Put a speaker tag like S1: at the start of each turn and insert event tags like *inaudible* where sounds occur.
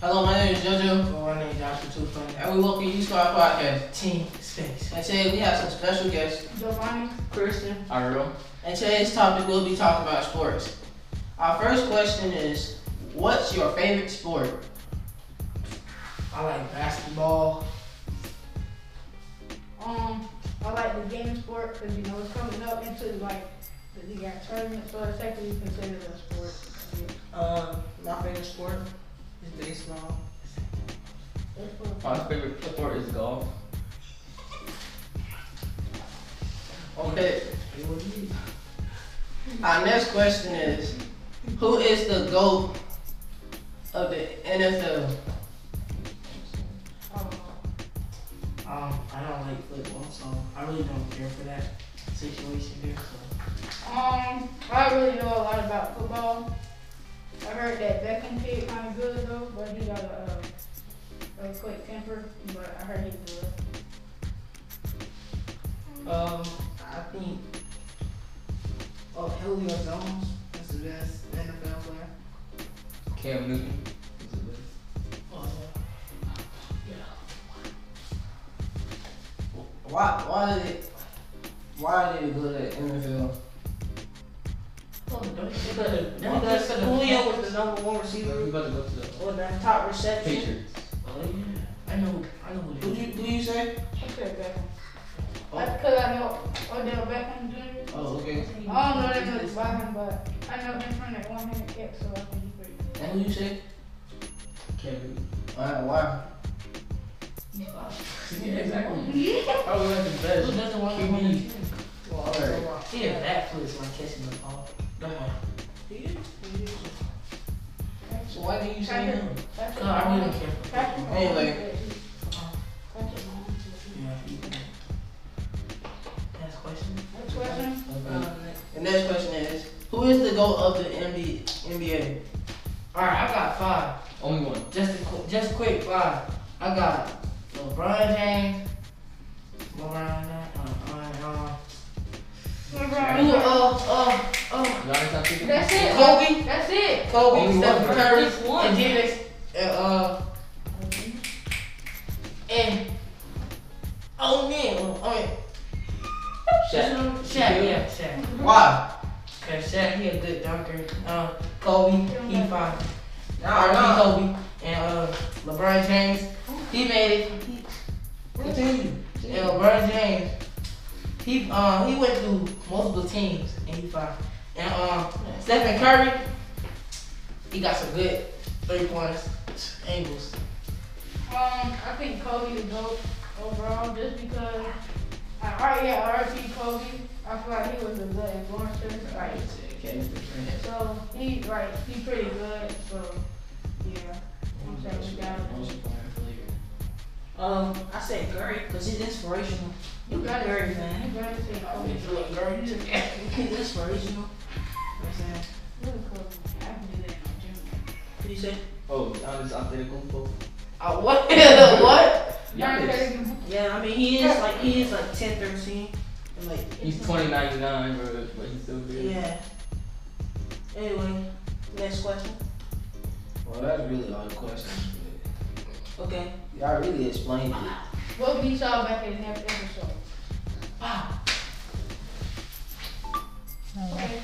S1: Hello, my name is JoJo,
S2: Well, my name is Joshua Two Funny.
S1: and we welcome you to our podcast.
S2: Team Space.
S1: And today we have some special guests,
S3: Giovanni,
S2: Christian.
S1: our room. And today's topic will be talking about sports. Our first question is, what's your favorite sport?
S2: I like basketball.
S3: um, I like the game sport because you know it's coming up into like the you got tournament, so it's technically considered a sport.
S2: Um, my favorite sport is baseball.
S3: It's for-
S4: My favorite sport is golf.
S1: Okay. Our next question is, who is the GOAT of the NFL?
S3: um,
S2: Um, I don't like football, so I really don't care for that situation here. So
S3: um, I don't really know a lot about football. I heard that Beckham kid kind of good though, but he got a, a quick temper. But I heard he's good.
S2: um, I think oh Julio Jones is the best NFL player.
S4: Cam Newton is the best.
S2: Oh,
S1: Why, why did it, why did it go to the NFL?
S2: don't you think that- don't you think that Julio was the number one
S4: So we
S2: receiver
S4: about to go to the
S2: or the top reception?
S4: Patriots.
S2: Oh yeah, I know, I know
S1: Who you, who you say?
S3: I said Beckham.
S1: Oh.
S3: Because Uh, I know Odell Beckham Jr.
S1: Oh, okay.
S3: I don't know that much about him, but I know him from that one hand kick, so I think he's pretty good.
S1: And who you say?
S4: Cam Newton.
S1: Alright, why?
S4: Yeah, exactly. I was like the best.
S2: doesn't want
S4: to win the
S2: Either that foot is like catching the ball. Come on.
S1: So why do you say him?
S3: Patrick
S2: No, I
S3: Mahomes-
S2: really don't care.
S3: Patrick Mahomes
S1: Anyway.
S3: is Patrick Mahomes is
S2: Yeah. Last question.
S3: good. Next question.
S1: Okay. The next question is, who is the GOAT of the NBA? NBA?
S2: Alright, I got five.
S4: Only one.
S2: Just a, qu- just quick five. I got LeBron James. LeBron James. Uh, uh,
S1: Who,
S3: LeBron.
S1: uh, uh, uh,
S4: Giannis Antetokounmpo.
S3: That's it.
S1: Kobe?
S3: That's it.
S1: Kobe,
S4: Only
S1: Stephen
S4: one.
S1: Curry,
S2: Just one.
S1: and Dennis, and, uh, and, oh man, I mean,
S4: Shaq.
S2: uh, Shaq, yeah, Shaq.
S1: why?
S2: Cause Shaq, he a good dunker. Uh, Kobe, he fine.
S1: Nah, nah.
S2: R.I.P. Kobe and uh, LeBron James, he made it.
S1: Continue.
S2: And LeBron James, he uh, he went through multiple teams and he fine. And uh, Stephen Curry, he got some good three pointers angles.
S3: Um, I think Kobe is dope overall just because I already had RP Kobe. I feel like he was a good influencer. Like, so he right, he pretty good. So yeah, I'm saying we got him.
S5: Um, I said Gary because he's inspirational. You got Gary, man.
S3: You better say Kobe.
S5: He's inspirational. I'm saying.
S3: Look at Kobe. I can do that in my gym.
S5: What do you say?
S4: Oh, Giannis Antetokounmpo.
S2: Uh, what? *laughs* what?
S4: Giannis.
S5: Yeah, I mean he is like he is like 10, 13. and like
S4: He's 2099, bro, but he's still good.
S5: yeah. Anyway, next question.
S1: Well, that's really all the questions.
S5: Okay.
S1: Y'all really explained it.
S3: We'll be y'all back in the next episode.
S2: Wow.
S3: Okay.